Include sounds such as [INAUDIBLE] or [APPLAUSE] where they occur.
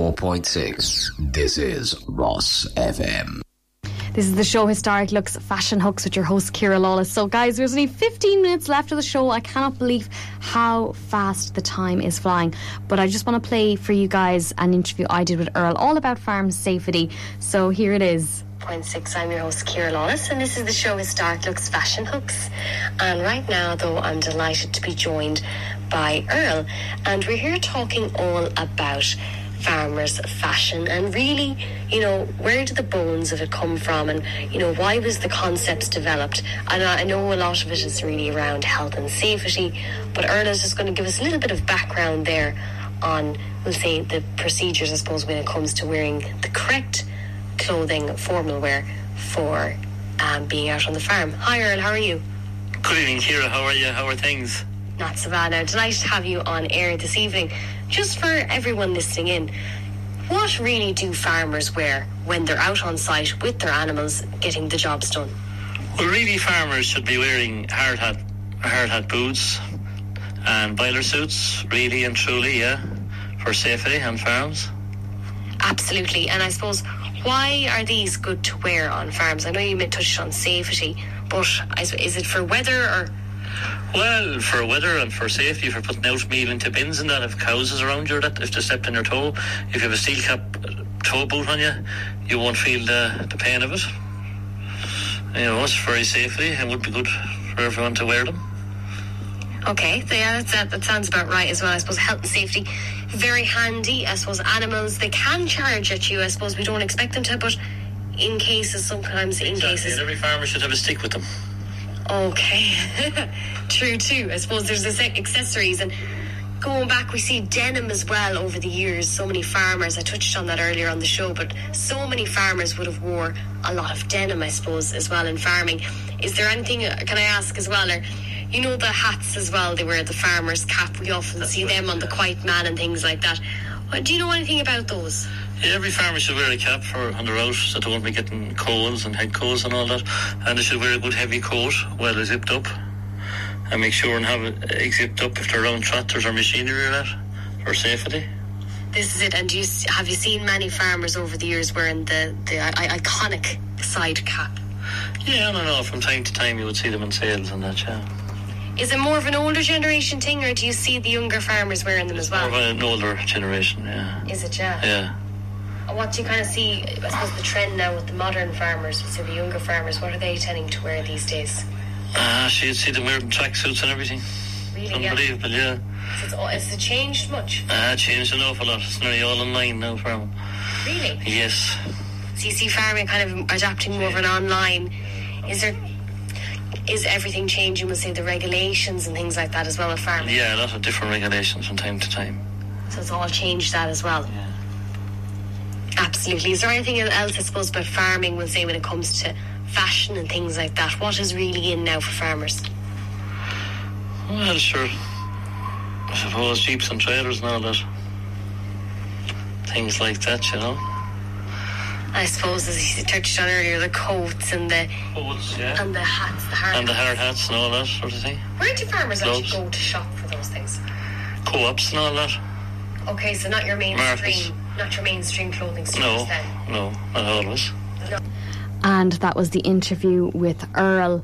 94.6. This is Ross FM. This is the show Historic Looks Fashion Hooks with your host Kira Lawless. So, guys, there's only 15 minutes left of the show. I cannot believe how fast the time is flying. But I just want to play for you guys an interview I did with Earl all about farm safety. So, here it is. Point six. I'm your host Kira Lawless, and this is the show Historic Looks Fashion Hooks. And right now, though, I'm delighted to be joined by Earl, and we're here talking all about farmers' fashion and really, you know, where did the bones of it come from, and you know, why was the concepts developed? And I I know a lot of it is really around health and safety, but Earl is just going to give us a little bit of background there on, we'll say, the procedures, I suppose, when it comes to wearing the correct clothing, formal wear for um, being out on the farm. Hi, Earl, how are you? Good evening, Kira. How are you? How are things? Not so bad. Now, delighted to have you on air this evening. Just for everyone listening in, what really do farmers wear when they're out on site with their animals getting the jobs done? Well, really, farmers should be wearing hard hat, hard hat boots, and boiler suits, really and truly, yeah, for safety on farms. Absolutely. And I suppose, why are these good to wear on farms? I know you touched on safety, but I s- is it for weather or Well, for weather and for safety, for putting out meal into bins and that, if cows is around you, or that if they stepped on your toe, if you have a steel cap uh, toe boot on you, you won't feel the, the pain of it. You know, it's very safely and would be good for everyone to wear them. Okay, so yeah, that's, that, that sounds about right as well. I suppose health and safety, very handy. I suppose animals, they can charge at you. I suppose we don't expect them to, but in cases, sometimes in Exactly, and cases. every farmer should have a stick with them. Okay, [LAUGHS] true too. I suppose there's the sec- accessories and going back, we see denim as well over the years. So many farmers, I touched on that earlier on the show, but so many farmers would have wore a lot of denim, I suppose, as well in farming. Is there anything? uh, Can I ask as well? Or you know the hats as well? They wear the farmer's cap. We often see them on the Quiet Man and things like that. Uh, Do you know anything about those? Every farmer should wear a cap for on the road so they won't be getting colds and head colds and all that. And they should wear a good heavy coat, well zipped up. And make sure and have it zipped up if they're around tractors or machinery or that for safety. This is it. And do you s- have you seen many farmers over the years wearing the the I- iconic side cap? Yeah, I don't know. From time to time, you would see them in sales and that, yeah. Is it more of an older generation thing, or do you see the younger farmers wearing them as More of well? an older generation, yeah. Is it yeah? Yeah. What do you kind of see? I suppose the trend now with the modern farmers, so the younger farmers, what are they tending to wear these days? Ah, she'd see them wearing tracksuits and everything. Really, yeah. So Unbelievable, yeah. It's, all- has it changed much? Ah, changed an awful lot. It's nearly all online now, from. Really? Yes. So you see farming kind of adapting more of an online. Is there? Is everything changing? We'll say the regulations and things like that as well with farming. Yeah, a lot of different regulations from time to time. So it's all changed that as well. Absolutely. Is there anything else, I suppose, about farming, we'll say, when it comes to fashion and things like that? What is really in now for farmers? Well, sure. I suppose jeeps and trailers and all that. Things like that, you know. I suppose, as you touched on earlier, the coats and the Boats, yeah. and the hats, the hard And the hard hats and all that sort of thing. Where do farmers actually Gloves. go to shop for those things? Co-ops and all that. Okay, so not your mainstream, not your mainstream clothing stores No, then. no, not always. And that was the interview with Earl.